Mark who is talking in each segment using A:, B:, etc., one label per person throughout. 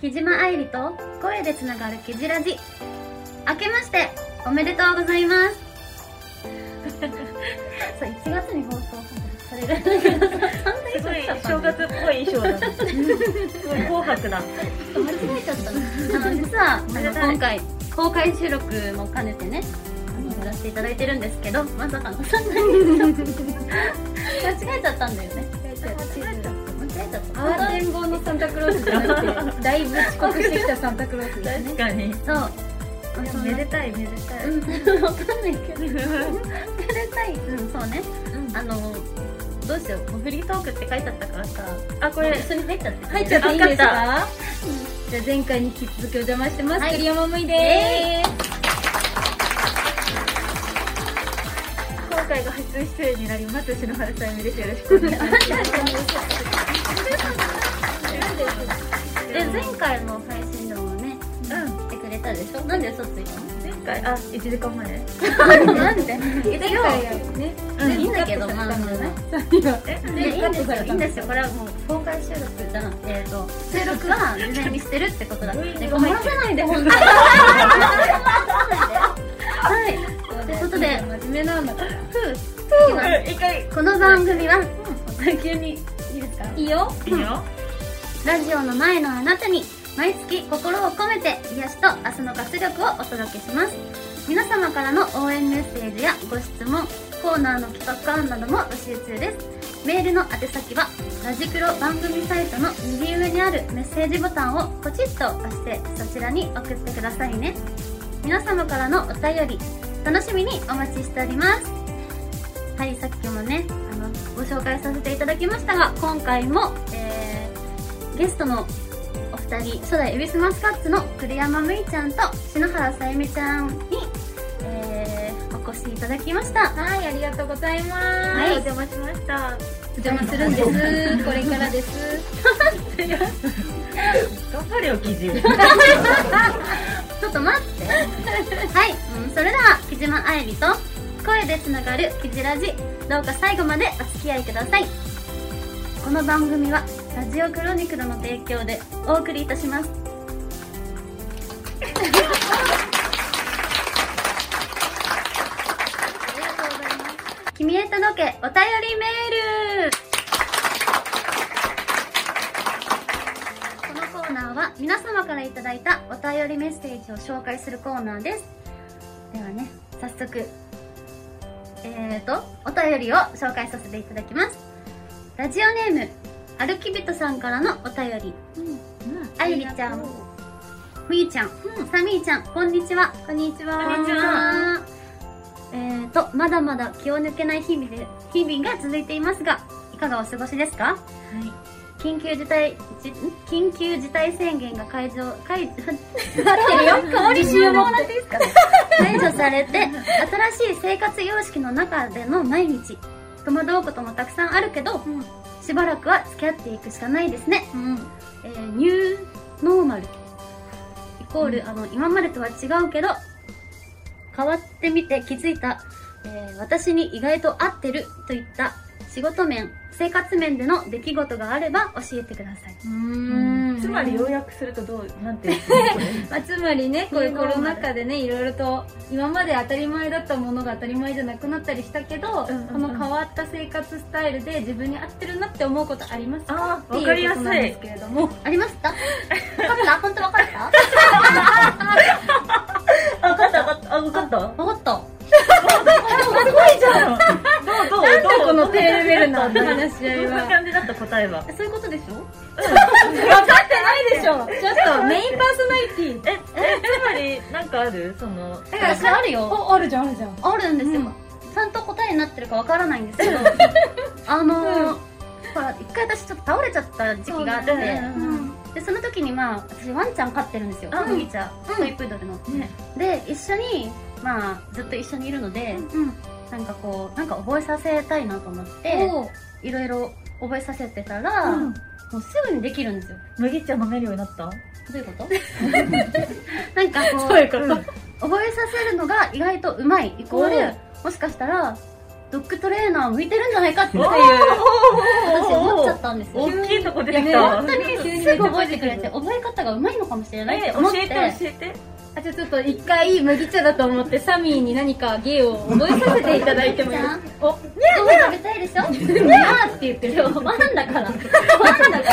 A: 木島愛理と声でつながるキジラジ明けましておめでとうございます そう1月に放送される
B: すごい
A: そ
B: 正
A: んな
B: 月っぽい衣装だねすごい紅白だ
A: 間違えちゃったなあの実はあの今回公開収録も兼ねてねあのやらせていただいてるんですけどまさかのそんなに間違えちゃったんだよね間違えちゃった
C: アーテンボのサンタクロースじゃなくてだいぶ遅刻してきたサンタクロースですね
B: 確かに
A: そう
B: いや
A: そんな
B: めでたいめでたい、
A: うん、わかん ないけど。めでたい。うん、そうね。あの、どうしよう。もうフリートークって書いちゃったからさ、
B: あこ
A: これ
B: れ
A: 一緒に入っちゃって。
C: 入っちゃっていいです
B: わ
C: かじゃあ前回に引き続きお邪魔してます、
A: はい
C: 栗山もいで
A: え
B: 今回が初出演になります篠原さゆみですよろしくお願いします
A: ーで、前回の配信でもね、来てくれたでしょなんで嘘つい
B: うん前回あ1時間前
A: たの なんで
C: 前回ね、
B: うん
A: いいんだけど、まあまあね。
B: え
A: いいんですよ、いいんですよ。これはもう公開収録じゃなくて、えっと、収録は事前にしてるってことだ。ね、ごま かさないで、ほんとに。はい。ということで、
C: 真面目なんだから
B: うん一回
A: この番組は、
B: 急にいいですか
C: いいよ
B: いいよ
A: ラジオの前のあなたに毎月心を込めて癒しと明日の活力をお届けします皆様からの応援メッセージやご質問コーナーの企画案なども募集中ですメールの宛先はラジクロ番組サイトの右上にあるメッセージボタンをポチッと押してそちらに送ってくださいね皆様からのお便り楽しみにお待ちしておりますはいさっきもねあのご紹介させていただきましたが今回も、えーゲストのお二人初代恵比寿マスカッツの栗山むいちゃんと篠原さゆみちゃんに、えーお越しいただきました
C: はいありがとうございます、
B: はいお
C: お
B: 邪魔しました
C: 邪魔するんですこれからです
B: 頑張れよ記事
A: ちょっと待ってはい、うん、それでは木島愛理と声でつながるキジラジどうか最後までお付き合いくださいこの番組はラジオクロニクルの提供でお送りいたします君へ届けお便りメールこのコーナーは皆様からいただいたお便りメッセージを紹介するコーナーですではね早速えーとお便りを紹介させていただきますラジオネーム歩き人さんからのお便りあゆりちゃんみーちゃん、さみーちゃんこんにちはこんにち
B: こんにちは
A: えーとまだまだ気を抜けない日々で日々が続いていますがいかがお過ごしですか緊急事態じん緊急事態宣言が解除解 合ってるよ
C: わりに言わなく
A: っていいですか 解除されて新しい生活様式の中での毎日戸惑うこともたくさんあるけど、しばらくは付き合っていくしかないですね、えーニューノーマルイコール、あの今までとは違うけど変わってみて気づいた、えー私に意外と合ってるといった仕事面生活面での出来事があれば教えてください
C: うん
B: つまり要約するとどうなんて言う
C: まあ、つまりねこういうコロナ禍でねいろいろと今まで当たり前だったものが当たり前じゃなくなったりしたけど、
B: うんうん
C: この変わった生活スタイルで自分に合ってるなって思うことありますか
B: あ
C: っ
B: ー
C: てい
B: わ
C: う
B: かりや
C: こ
B: す
C: と
B: い
C: なんですけれども
A: ありま した分かった本当分かった
B: あ分かった分かったあ分かった
A: 分か った
B: すごいじゃんどうどうどう
C: この低レベルな
B: どん
C: 話し合い
B: な
C: は
B: 感じだった答えは
A: そういうことでしょ
C: 分かってないでしょちょっとメインパーソナリティ
B: ええつまりなんかあるその
C: だ
A: だからあるよ
C: おあるじゃんあるじゃん
A: あるんですよ、
C: うん
A: ちゃんと答えになってるかわからないんですけどあのーほら一回私ちょっと倒れちゃった時期があって
B: そうねうん
A: でその時にまあ私ワンちゃん飼ってるんですよ
B: うん
A: 麦茶トイプードルの、
B: ね
A: で一緒にまあずっと一緒にいるので、なんかこうなんか覚えさせたいなと思って
C: おう
A: いろいろ覚えさせてたら、
B: うん
A: もうすぐにできるんですよ
B: 麦茶飲めるようになった
A: どういう ことなんかこう
B: そういうこと
A: ん覚えさせるのが意外とうまいイコー
B: お
A: ル
B: う
A: もしかしたらドッグトレーナー向いてるんじゃないかっていう
B: おー
A: 私思っちゃったんですよ
B: 大きいとこ出
C: いや
B: てき
C: ね
B: た
A: 本当にすぐ覚えてくれて覚え方がうまいのかもしれない
B: え
A: と思っ
B: 教
A: て
B: えて教えて
C: あじゃあちょっと一回麦茶だと思ってサミーに何か芸を覚えさせてい ただいてもいい
A: じゃあ
C: お
A: ご飯食べたいでしょねあーって言ってるよワンだからワンだから
C: なかなから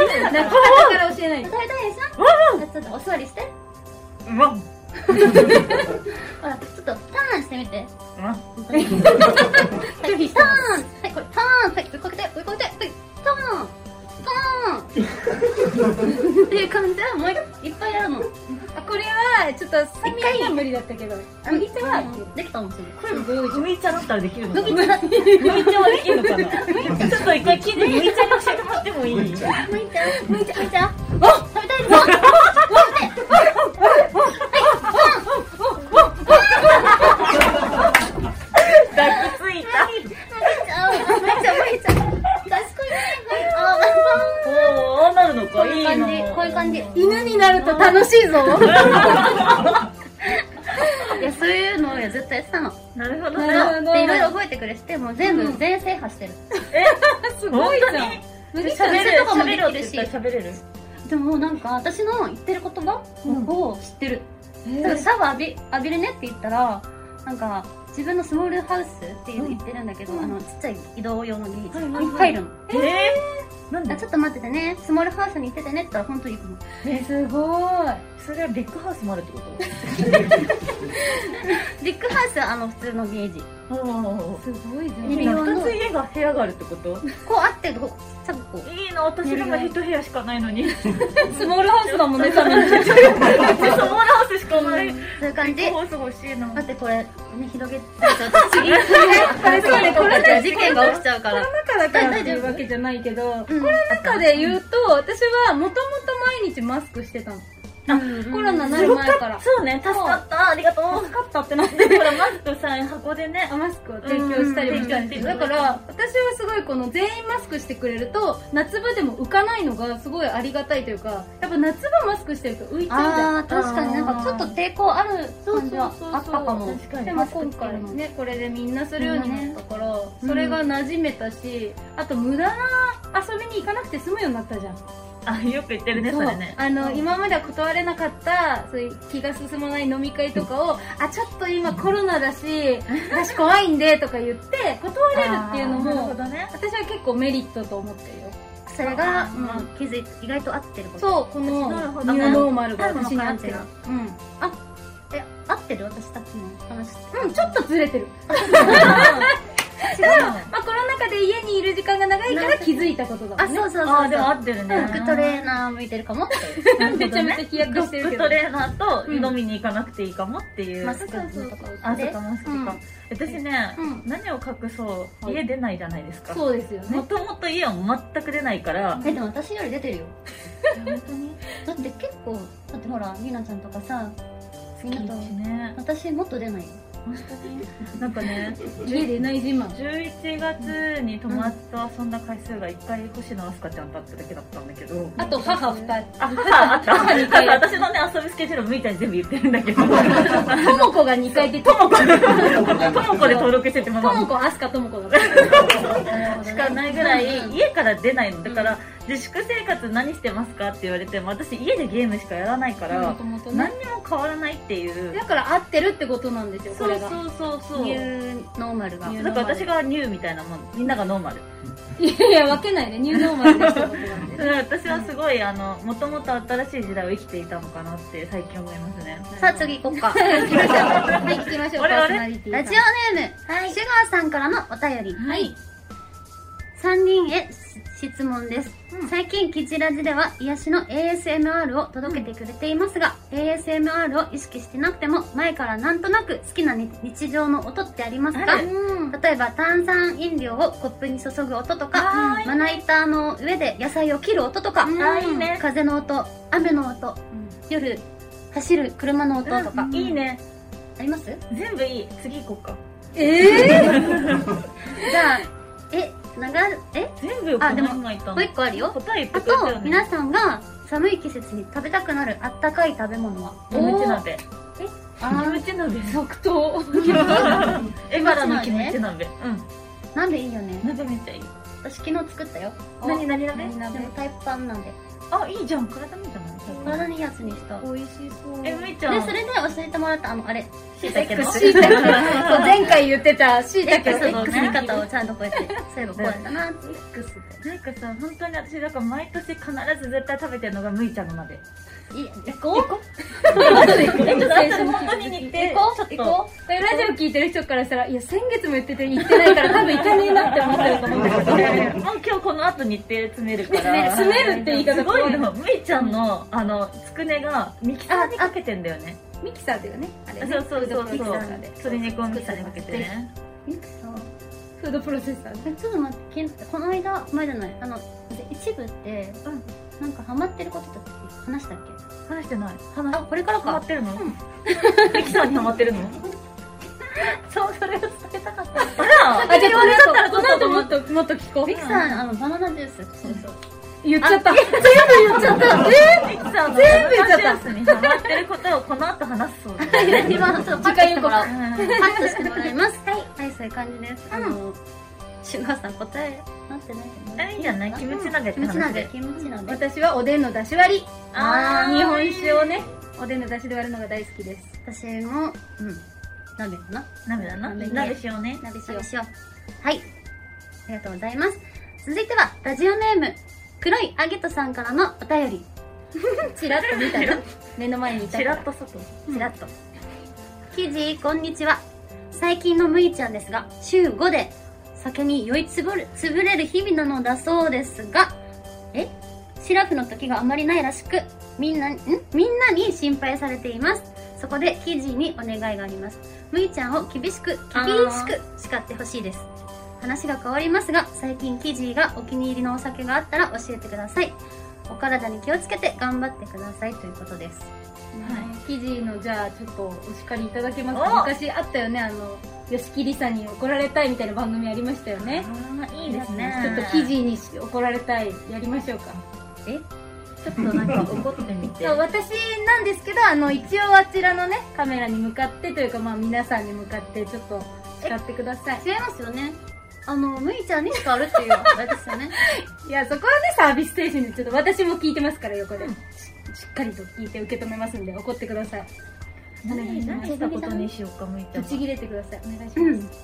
C: 教えない
A: 食べたいでしょじゃあちょっとお座りして
B: うまっう
A: ほらちょっとターンしてみて
B: まっ
A: はい、ターンはい、これターンはい、追いかけて、追いかけて、はい、ターンターンっていう感じで、もういっぱいやるの。
C: あこれはちょっとサミーには無理だったけど麦茶は
A: できたかもしれない。
B: これ麦茶だったらできるの
A: 麦
B: か
A: 茶
B: な
A: だ麦
B: 麦茶はできるのかなちょっと一回聞いて麦茶に教えてもらってもいい
A: 茶麦茶麦茶お食べたいぞ食べて麦茶麦茶麦茶賢いね
B: 抱きついた
A: あ
B: おおなるの
A: こ
B: か
A: うい
B: いうい
A: 感
B: な
A: じ、こういう感じ。
C: 犬になると楽しいぞ
A: いや、そういうのをずっとやってたの。
B: なるほど
C: なる
B: ね
C: ほど
A: で、いろいろ覚えてくれて、もう全部全制覇してる。
C: すごいじゃん麦茶
B: 喋れ
A: それ
B: る
A: とかも
B: 喋
A: で
B: れ
A: き
B: るっ
A: る
B: て
A: し
B: 言ったら喋れる
A: でもなんか私の言ってる言葉を知ってる、だからシャワー浴び浴びるねって言ったらなんか自分のスモールハウスっていうの言ってるんだけど、あのちっちゃい移動用のにいっ
B: はいはいはい
A: ぱいいるの、
B: ええなん
A: あ
B: で
A: ちょっと待っててねスモールハウスに行っててねって言ったら本当に行くの
C: すごい
B: それはビッグハウスもあるってこ
A: ビッグハウスはあの普通のゲージ
B: とお
C: すごいじゃ
A: い
C: ん
A: い
B: ー
A: ね
B: 今二つ家が部屋があるってこと
A: こうあってこうちゃんとこう
B: いいな私でも一部屋しかないのに
C: スモールハウスだもんねサミー
B: 私ソーラーハウスしかないビ
A: そういう感じ
B: ッグハウスが欲しいな
A: 待ってこれね広げてちょっと次これね事件が起きちゃうから
C: 中だからっていうわけじゃないけど
A: これ
C: 中で言うと私はもともと毎日マスクしてたのコロナになる前から
B: そうね助かったありがとう
C: 助かったってなって
B: ほらマスクさ箱でね
C: マスクを提供したりもしたんですよ
B: う
C: だ
B: ん
C: から私はすごいこの全員マスクしてくれると夏場でも浮かないのがすごいありがたいというかやっぱ夏場マスクしてると浮いちゃ
A: あ
C: う
A: ー確かになんかちょっと抵抗ある感じはあったかも
B: 確
C: じゃ
B: か
C: ん
B: に
C: でも今回ねこれでみんなするようになったから
A: うん
C: それが馴染めたしあと無駄な遊びに行かなくて済むようになったじゃん
B: あよく言ってるねそれね
C: あの、今までは断れなかったそういう気が進まない飲み会とかをあちょっと今コロナだし私怖いんでとか言って断れるっていうの
B: なるほ
C: も
B: どね
C: 私は結構メリットと思ってるよ
A: それが、
B: う
A: う
B: ん
A: ん、気づいて意外と合ってること
C: そうこの
B: なるほど
C: ニューノーマルが
A: 多分
C: 私に合ってる
A: わか
C: うん
A: え合ってる私たちの話
C: うん、ちょっとずれてる。
B: 違うのね
C: まあ、コロナ禍で家にいる時間が長いから気づいたことだ
A: あ
C: もんね。
A: そうそうそう
B: あーでも合ってるね
A: ドッグトレーナー向いてるかもって
C: めちゃめちゃ飛躍して
B: ドッ
C: るけど
B: グトレーナーと飲みに行かなくていいかもっていう、
A: マスクのところ
B: あそ
A: で
B: っかマスクか、私ね、
A: うん
B: 何を隠そう
C: はい
B: 家出ないじゃないですか
C: そうですよ
B: も
C: ね。
B: ともと家は全く出ないから
A: えでも私より出てるよ
B: 本当に
A: だって結構だってほらりなちゃんとかさみんなと
B: ね
A: 私もっと出 ないよ
B: 本当になんかね
C: 家でない自慢。
B: 11月に友達と遊んだ回数が1回星野あすかちゃんだっただけだったんだけど
C: あと、母二
B: あ母あった
C: 母に
B: 母私のね遊びスケジュール向いたに全部言ってるんだ けど
C: 人。ともこが二回出てる。
B: ともこでともこで登録しててま
C: とも
B: ま
C: こ、あすかともこだから。
B: しかないぐらい
A: うん
B: 家から出ないのだから自粛生活何してますかって言われても私家でゲームしかやらないから
C: 元々ね
B: 何にも変わらないっていう
C: だから合ってるってことなんですよ、こ
B: そう
C: れが。
B: そうそうそう
A: ニューノーマルが
C: ニュー
B: だから私がニューみたいなもんみんながノーマル
C: いやいや、分けないね。ニューノーマルでしたことなんで。
B: だから私はすごいあのもともと新しい時代を生きていたのかなって最近思いますね
A: さあ次行こっ か
C: はい、聞きましょう、パ
B: あれあ
C: ーソ
B: れ
C: ナリティさ
A: ラ
C: ん。
A: ジオネーム、シュガーさんからのお便り、
B: はい
A: 3人へ質問です、最近キチラジでは癒しの ASMR を届けてくれていますが、ASMR を意識してなくても前からなんとなく好きな日日常の音ってありますか
B: ある
C: うん。
A: 例えば炭酸飲料をコップに注ぐ音と
B: あー
A: か
B: いいね
A: まな板の上で野菜を切る音とか、
C: うん
B: あいいね
A: 風の音雨の音夜走る車の音とか、
B: いいね
A: あります
B: 全部いい次行こうか
C: ええ
A: じゃあえ長え
B: 全部よこ
A: あ
B: の
A: でも
B: 今言った
A: もう一個あるよ
B: の答え言って
A: あ
B: くれた
A: と
B: よ、ね
A: 皆さんが寒い季節に食べたくなるあったかい食べ物は
B: お餅鍋
A: あ
B: キムチ鍋
C: 即答
A: ー
B: エバラのキムチ鍋うん
A: なんでいいよね
B: 鍋めっちゃいい
A: 私昨日作ったよ
B: 何何鍋
C: 何
A: で
C: 鍋
A: もタイプ版なんで
B: あいいじゃん体にいいじゃない
A: 体にいいやつにしたで
C: 美味しそう
B: えみーちゃん
A: それで教えてもらったあのあれ
B: しいたけの
C: しいたけ前回言ってたしいたけ
B: そ
A: X
B: う
A: の
B: だね
A: 組み方をちゃんとこうやってそういえばこうやったなって X
B: なんかさ本当に私だから毎年必ず絶対食べてるのがむいちゃんの鍋
A: でい行こ
B: えちょっと私本当に似て
C: 行こ
B: ちょっ
C: う
B: と
C: 行こうこれラジオ聞いてる人からしたらいや先月も言ってて行ってないから多分行かねえなって思ってると思うんだけど
B: いやいやもう今日この後日程詰めるから
C: 詰める詰めるって言い方
B: すごいのむいちゃんのあのつくねがミキサーにかけてんだよね
C: ミキサーっていうかねあれね
B: そうそうそう
C: フードプロ
B: そ
C: セ
B: う
C: ッサーで
B: 鶏肉をミキサーにかけてね
A: うミクさん
C: フードプロセッサーで
A: えちょっと待ってけんこの間前じゃないあの一部って、
B: うん
A: なんかハマってることとか話したっ
B: 話してない
A: け
B: 話
A: あこれから
B: ハマ
A: か
B: ってるのミキサーにハマってるの
A: そうそれを伝えたかった
B: あ
C: あじゃあこの後
B: この後
C: もっともっと聞こ
A: ミクさんあのバナナジュースそうそう
C: う言っちゃった
B: 言っちゃったえミキサーの全部言っちゃったにハマってることをこの後話すそうで す
A: 今ちょっとパッ
C: 次
A: としても
C: 回予告
A: らおう
B: うん
A: パッとしてもらいますはいはいそういう感じです、あのシュガーさん答えなってないけど
B: あいいんじゃないキムチ鍋っ
A: キ
B: て
A: ム
B: 話
A: チ鍋キムチ鍋
C: 私はおでんの出し割り
B: あー
C: 日本酒をねおでんの出しで割るのが大好きです
A: 私もうん鍋かな
B: 鍋だな
A: 鍋ね
B: 鍋しようね
A: 鍋しようはいありがとうございます続いてはラジオネーム黒いアゲトさんからのお便 り
C: チラッと見たよ目の前にいた
B: チ
C: か
B: ラ
C: ら
B: ッと外
A: ちらっ と記事こんにちは最近のむいちゃんですが週5で酒に酔いつぶる潰れる日々なのだそうですがえシラフの時があまりないらしくみんなんみんなに心配されていますそこで記事にお願いがありますむいちゃんを厳しく厳しく叱ってほしいです話が変わりますが最近記事がお気に入りのお酒があったら教えてくださいお体に気をつけて頑張ってくださいということです
C: はい、記事のじゃあちょっとお叱りいただけます
B: お
C: か昔あったよねあの吉木りさんに怒られたいみたいな番組ありましたよね
B: あーいいです
C: ちょ
B: ね
C: っと記事にし怒られたいやりましょうか
A: え
B: ちょっとなんか怒ってみて
C: そう私なんですけどあの一応あちらのねカメラに向かってというかまあ皆さんに向かってちょっと叱ってください
A: 違いますよねあのむいちゃんにしかあるっていうあれですよ ね
C: いやそこはねサービス精神でちょっと私も聞いてますから横でししっかりと聞いて受け止めますんで怒ってください
B: 何何したことにしようかむいちゃ
C: ぶ
B: ん
C: ち切れてくださいお願いします、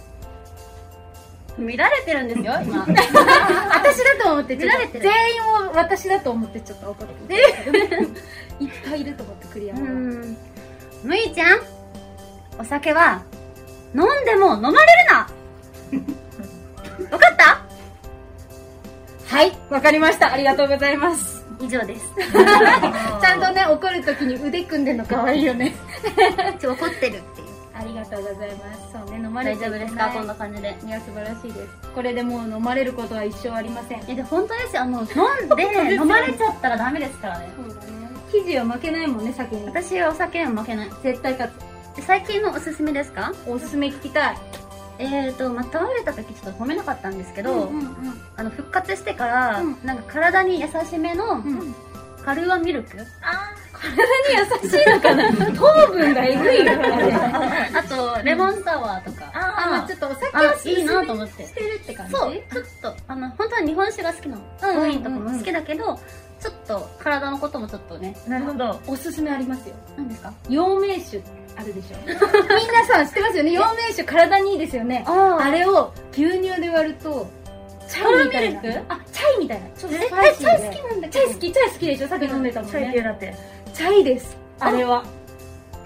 A: 見られてるんですよ今
C: 私だと思ってちょっ
A: 見られ
C: と
A: てる
C: 全員を私だと思ってちょっと怒っていっぱ いいると思ってクリア
A: う
C: が
A: んむいちゃんお酒は飲んでも飲まれ るなわかった
C: はいわかりましたありがとうございます
A: 以上です
C: ちゃんとね怒るときに腕組んでるの可愛いよね
A: 一応怒ってるっていう
C: ありがとうございますそうね飲まれ
A: 大
C: ち
A: 丈
C: ゃ
A: 夫
C: いけな
A: で
C: い
A: すかこんな感じで
C: いや素晴らしいですこれでもう飲まれることは一生ありません
A: えで本当ですよあの飲んで飲まれちゃったらダメですからね
C: そうだね生地は負けないもんね先に
A: 私お酒は負けない
C: 絶対勝つ
A: で最近のおすすめですか
C: おすすめ聞きたい
A: えーとまあ倒れた時ちょっと褒めなかったんですけど、
C: うんうん
A: あの復活してから、
C: うん
A: なんか体に優しめの
C: うん うん
A: カルーアミルク、
B: あ
C: 体に優しいのかな糖分がえぐいよね
A: あとレモンサワーとか、
C: あまあ
B: あ
C: ちょっとお酒を
A: あ
C: 勧め
A: いいなと思って
C: してるって感じ
A: そうちょっとあの本当は日本酒が好きなの
C: うんうんうん
A: ワインとかも好きだけど、ちょっと体のこともちょっとね
B: なるほど
C: おすすめありますよ
A: 何ですか
C: 陽明酒あるでしょ みんなさ知ってますよね陽明酒体にいいですよね
A: あ
C: あ
A: れ
C: れを牛乳で割るとチャイみたいな
A: カルミルク
C: あチャイみたいなちょっとス
A: 絶
C: パイ
A: 対
C: シ
A: チ
C: ー
A: ャイ
C: で
A: 好きなんだけど
C: チャイ好きチャイ好きでしょさっき飲んでたもん
B: チャイティ
C: ね
B: ーラテ
C: チャイですあれは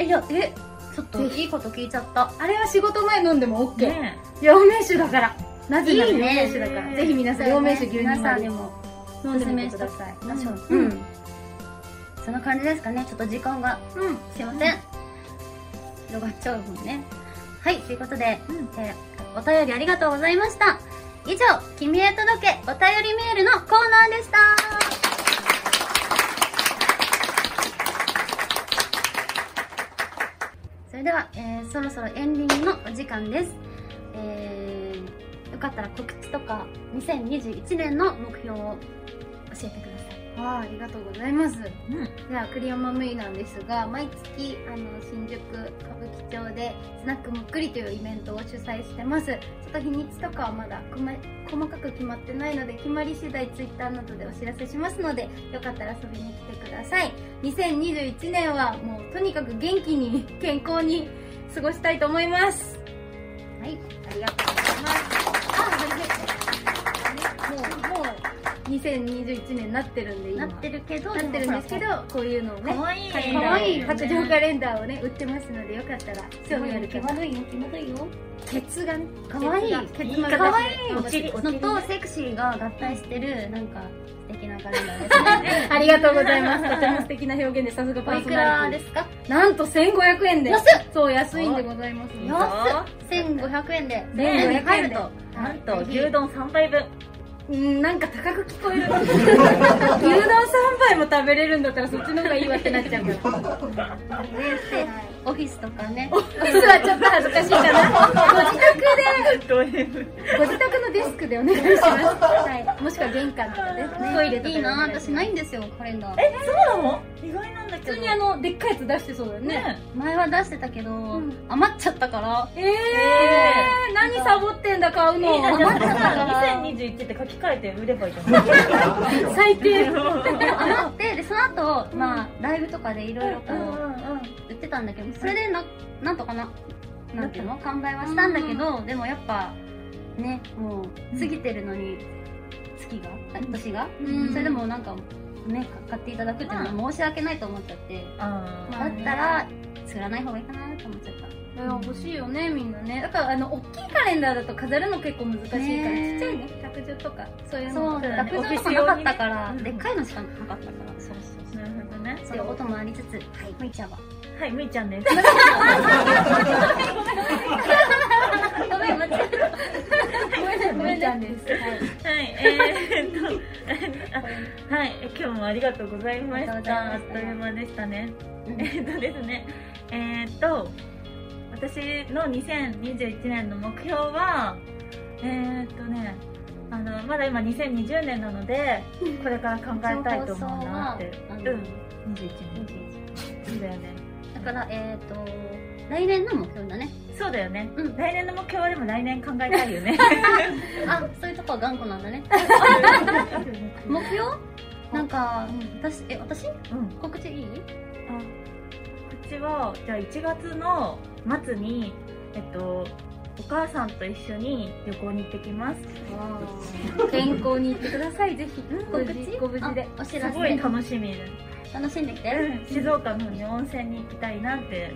A: えいやえちょっといいこと聞いちゃった
C: あれは仕事前飲んでも OK
B: ね
C: 陽明酒だからなぜなら
A: いい
C: 陽明
A: ね
C: 酒だからぜひ皆さん陽明酒牛
A: 皆
C: 乳
A: さん
C: 割
A: に
C: り
A: も
C: 飲んでみてくだ
A: お
C: さい
A: すすめしておきましょう
C: うん
A: そんな感じですかねちょっと時間が
C: うん
A: すいません広がっちゃうもんねはいということで、
B: うん
A: えーお便りありがとうございました以上「君へ届けお便りメール」のコーナーでしたそれでは、えーそろそろエンディングのお時間ですえーよかったら告知とか2021年の目標を教えてください
B: あ
C: あありがとうございます
B: うん
C: じゃあ栗山むいなんですが毎月あの新宿歌舞伎町でスナックむっくりというイベントを主催してますちょっと日にちとかはまだこま細かく決まってないので決まり次第ツイッターなどでお知らせしますのでよかったら遊びに来てください2021年はもうとにかく元気に健康に過ごしたいと思いますはいありがとうございますあもうもう2021年なってるんで今
A: なってるけど
C: なってるんですけどこういうのをね
B: 可愛い
A: 可
C: かわいい
A: よね
C: 白状カレンダーをね売ってますのでよかったら
A: 気
C: 興
A: ま
C: 味ある方
A: どいよ気まどいよ
C: ケツがね
A: かわいい
C: ケツが
A: かわいい
C: ケ
A: お尻
C: ツ丸出しで
A: のとセクシーが合体してるなんか素敵なカレンダーです ね
C: ありがとうございますとても素敵な表現でさすがパ
A: お
C: ー
A: い
C: ソ
A: く
C: ナ
A: ら
C: リ
A: で
C: テ
A: すか
C: ィなんと1500円で
A: 安っ
C: そう安いんでございます
A: よ安っ1500円で
C: 全部
A: 1500
C: 1
A: 円
C: 円
A: で
C: と
B: なんと牛丼3杯 分
C: うんなんか高く聞こえる 牛丼3杯も食べれるんだったらそっちの方がいいわってなっちゃうから
A: オフィスとかね
C: 実はちょっと恥ずかしいかなご自宅で
B: ド M
C: ご自宅のデスクでお願いします。はい。もしくは玄関とかで、トイレとかでお願します。
A: いいな私ないんですよカレンダー
B: えそうなの意外なんだけ
C: 普
B: ど
C: 通にあの、でっかいやつ出してそうだよね。
B: ね
A: 前は出してたけど、
C: ん
A: 余っちゃったから
C: えー、何サボってんだ買
B: い
C: う
B: いじゃん
C: の
B: じゃあ2021って書き換えて売ればいいじゃん
C: 最低。
A: 余ってでその後、まあライブとかでいろいろこ
B: うん
A: う売ってたんだけどそれでななんとかななんていうの完売はしたんだけど、でもやっぱねもう過ぎてるのに月があ年が、
C: うん
A: それでもなんかね買っていただくっていうのは申し訳ないと思っちゃって、
B: あ
C: ま
B: ー
C: あ
A: だったら作らない方がいいかなと思っちゃった
C: いや欲しいよね、みんなね。だから、あの、大きいカレンダーだと飾るの結構難しいから、ちっちゃい
A: ね
C: ね、100とか、そういう
A: そ
C: の
A: う
C: と
A: 学
C: か
B: だね
A: 童とかなかったから、
B: オフィス用にね
A: でっかいのしかなかったからそうそうそう
B: なるほどね
A: そういうこともありつつはいむいちゃんは
B: はいむいちゃんです
A: ごめん間違え
C: ごめんなさい、ごめんちゃんです。は
B: は
C: い。
B: い、えー、っと、あはい、え今日もありがとうございまし
A: あり
B: た。
A: が
B: あっ
A: とう
B: と
A: ござい
B: いう間でしたね。
A: た
B: えー、っとですね、えー、っと、私の2021年の目標は、えー、っとね、あの、まだ今2020年なので、これから考えたいと思うなって。
A: あ
B: うん、
A: の
B: 21年。だよね。
A: だからえっ、と来年の目標だね
B: そうだよね。
A: うん
B: 来年の目標はでも来年考えたいよね。
A: あそういうとこは頑固なんだね目標なんか私え私
B: うん。
A: 告知いい
B: あこっちはじゃあ1月の末にえっとお母さんと一緒に旅行に行ってきます
C: 健康に行ってください、ぜひ。ご無事、ご無事で。
A: あお知
B: す
A: ら
B: ごい
A: せ
B: 楽しみで
A: 楽しんできて
B: す静岡の方に温泉に行きたいなって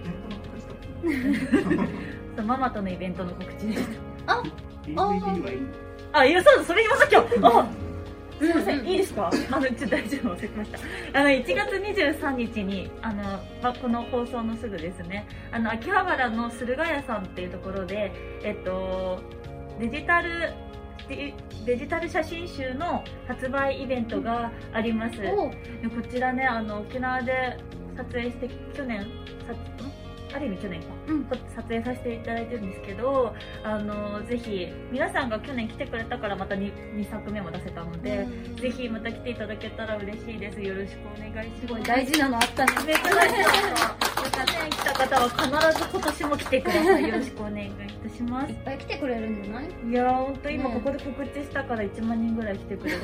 B: そうママとのイベントの告知ですあいやそうだそれ言わなきゃあすいませ
A: うん
B: んいいですか あのちょっと大丈夫忘れてましたあの1月23日にあの、ま、この放送のすぐですねあの秋葉原の駿河屋さんっていうところでえっとデジタルデデジタル写真集の発売イベントがあります、で
A: お
B: こちらねあの沖縄で撮影して去年さんある意味去年か
A: うん
B: 撮影させていただいてるんですけどあのぜひ皆さんが去年来てくれたからまた 2, 作目も出せたので、ぜひまた来ていただけたら嬉しいですよろしくお願いし
C: すご
B: ま
C: い
B: す
C: 大事なのあったね。
B: めっちゃ大事だったまたね来た方は必ず今年も来てくださいよろしくお願いいたします
A: いっぱい来てくれるんじゃない
B: いやーほんと今
A: ね
B: ここで告知したから1万人ぐらい来てくれる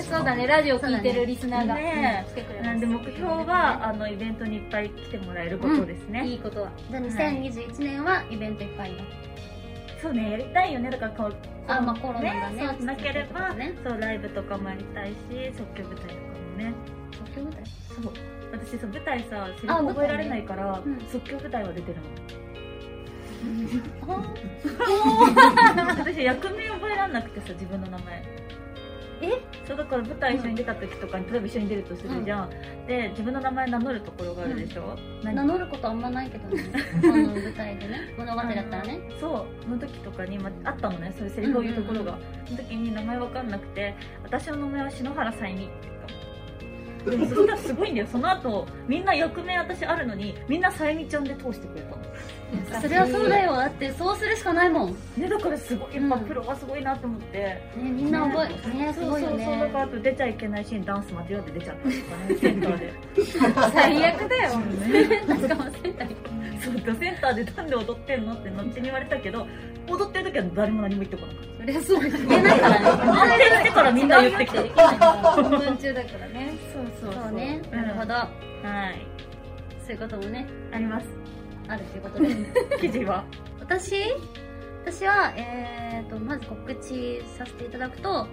C: そうだね、ラジオ聞いてるリスナーが、
B: ね
C: うん来てくれます。
B: なんで目標はあのイベントにいっぱい来てもらえることですね、
C: いいことは。
A: じゃあ2021年はイベントいっぱいだ
B: そうねやりたいよねだからこう
A: あまあコロナがね
B: そうなければ、
A: ね
B: そうライブとかもやりたいし即興舞台とかもね
A: 即興舞台
B: そう私そう舞台さセリ
A: あ
B: フ
A: 舞
B: 覚
A: 台
B: えられないから、
A: うん
B: 即興舞台は出てるの
A: あ
B: 私役名覚えられなくてさ自分の名前
A: え
B: そうだから舞台一緒に出た時とかに、例えば一緒に出るとするじゃん、で自分の名前名乗るところがあるでしょ、何
A: 名乗ることあんまないけどねこの舞台でね物語だったらね
B: あのそうの時とかに、まあったのねそういうセリフを言うところが、その時に名前わかんなくて私の名前は篠原さゆみって言ったのでもそしたらすごいんだよその後みんな役名私あるのにみんなさゆみちゃんで通してくれたの
A: そりゃそうだよだってそうするしかないもんね
B: ねだからすごいやっぱ
A: うん
B: プロはすごいなと思って、
A: みんな覚えねす
B: そう
A: ごい
B: そ
A: よ
B: うそう
A: ね
B: だからあと出ちゃいけないシーンダンス間違って出ちゃったりとかねセンターで
C: 最悪だよ
A: なんか忘れたけど
B: そうだセンターでなんで踊ってんのって後に言われたけど踊ってる時は誰も何も言ってこなかっ
C: そりゃそうだよ
A: 言えないからね
B: た踊ってる時からみんな言ってきて
A: 違うよて
B: は
A: できないから
C: 本番中だからね
A: そうそう
B: そう
A: ね
B: うん
A: なるほど
B: い
A: そういうこともね
B: あります
A: あるということで
B: 記事は
A: 私私は、えー、とまず告知させていただくと、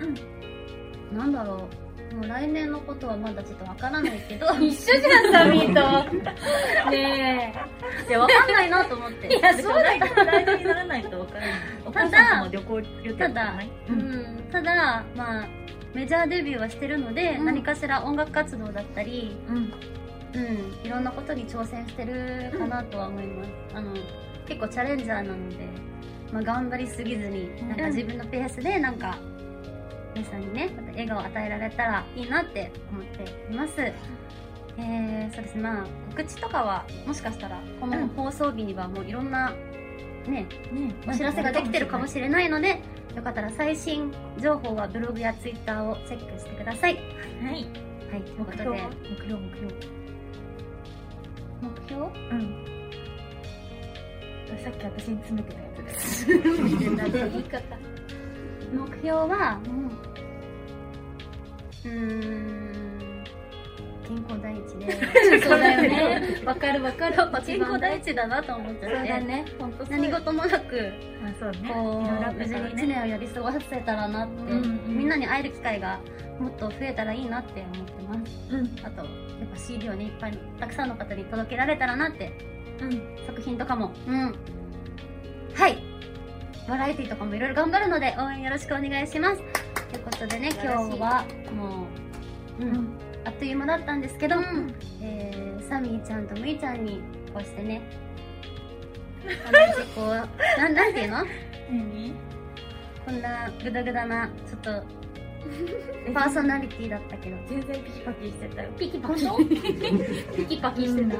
A: なんだろうもう来年のことはまだちょっとわからないけど
C: 一緒じゃんサミーとね
A: いやわかんないなと思って
C: えいやそうだよ
B: 来年にならないと分からないお母さんとも旅行
A: た
B: 予定とか
A: だ
B: ないううん
A: んただまあメジャーデビューはしてるので、
C: うん
A: 何かしら音楽活動だったり、
B: うん
A: うん、いろんなことに挑戦してるかなとは思います、あの結構チャレンジャーなので、まあ、頑張りすぎずになんか
B: うん
A: 自分のペースでなんか皆さんにねまた笑顔を与えられたらいいなって思っています、えー、そうですねまあ告知とかはもしかしたらこ
B: う
A: の
B: ん
A: 放送日にはもういろんなね
B: ね
A: お知らせができてるかもしれないのでよかったら最新情報はブログやツイッターをチェックしてください
B: れないはい
A: はいということで
B: 目標は目標目標
A: 目標
B: うんさっき私に詰めてたやつです
C: 言い方
A: 目標はうーん健康第一で
C: そうだよねわかるわかる
A: 健康第一だなと思っち
C: そう
A: ゃっ
C: だ
A: て、
C: ね本当
A: 何事もなく
B: あそうね
A: こ
B: いろいろあ
A: う
B: っ
A: 無
B: た
A: 事
B: か
A: に
B: ら
A: 1年を
B: ね
A: やり過ごせたらなって、
B: うんうん
A: みんなに会える機会がもっと増えたらいいなって思ってます
B: うん
A: あとやっぱ CD をねいっぱいたくさんの方に届けられたらなって
B: うん
A: 作品とかもうんはいバラエティとかもいろいろ頑張るので応援よろしくお願いしますということでね今
C: 晴らしい
A: 日はもう、う
B: うんん
A: あっという間だったんですけど、
C: ん
A: えーサミーちゃんとムイちゃんにこうしてね同じこうなんなんていうの
B: 何
A: こんなグダグダなちょっとパーソナリティだったけど
B: 全然ピキパキしてたよ
A: ピキパキピキパキしてた、
B: 多分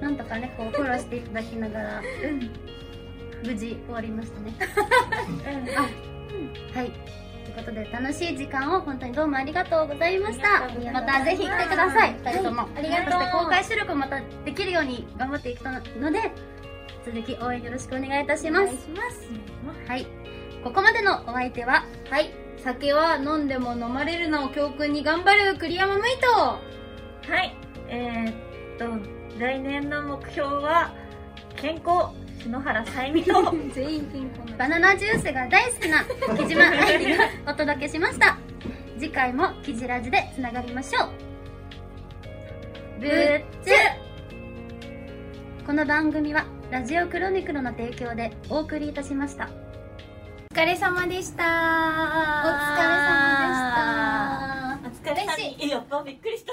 A: なんとかねこうフォローしていただきながら
B: うん
A: 無事終わりましたねはい。ということで、楽しい時間を本当にどうもありがとうございまし
B: あ
A: た
B: り。が
A: ま
B: とうございま
A: たぜ
B: す
A: ひ来てください、
C: はい
A: 二人とも。
C: ありがとう
A: そして公開収録もまたできるように頑張っていくので、続き応援よろしくお願いいたします。はい。ここまでのお相手は、
C: はい酒は飲んでも飲まれるのを教訓に頑張る栗山むいと
B: はいえー、っと来年の目標は健康篠原さゆみと
C: 全員健康な
A: バナナジュースが大好きな木島愛理がお届けしました。次回もキジラジでつながりましょう。
B: ぶっ
A: ちこの番組は、ラジオクロニクルの提供でお送りいたしました。
C: お疲れ様でしたお疲
A: お
C: れ
A: 疲れ様でした。
B: お疲れ様いやっぱびっくりした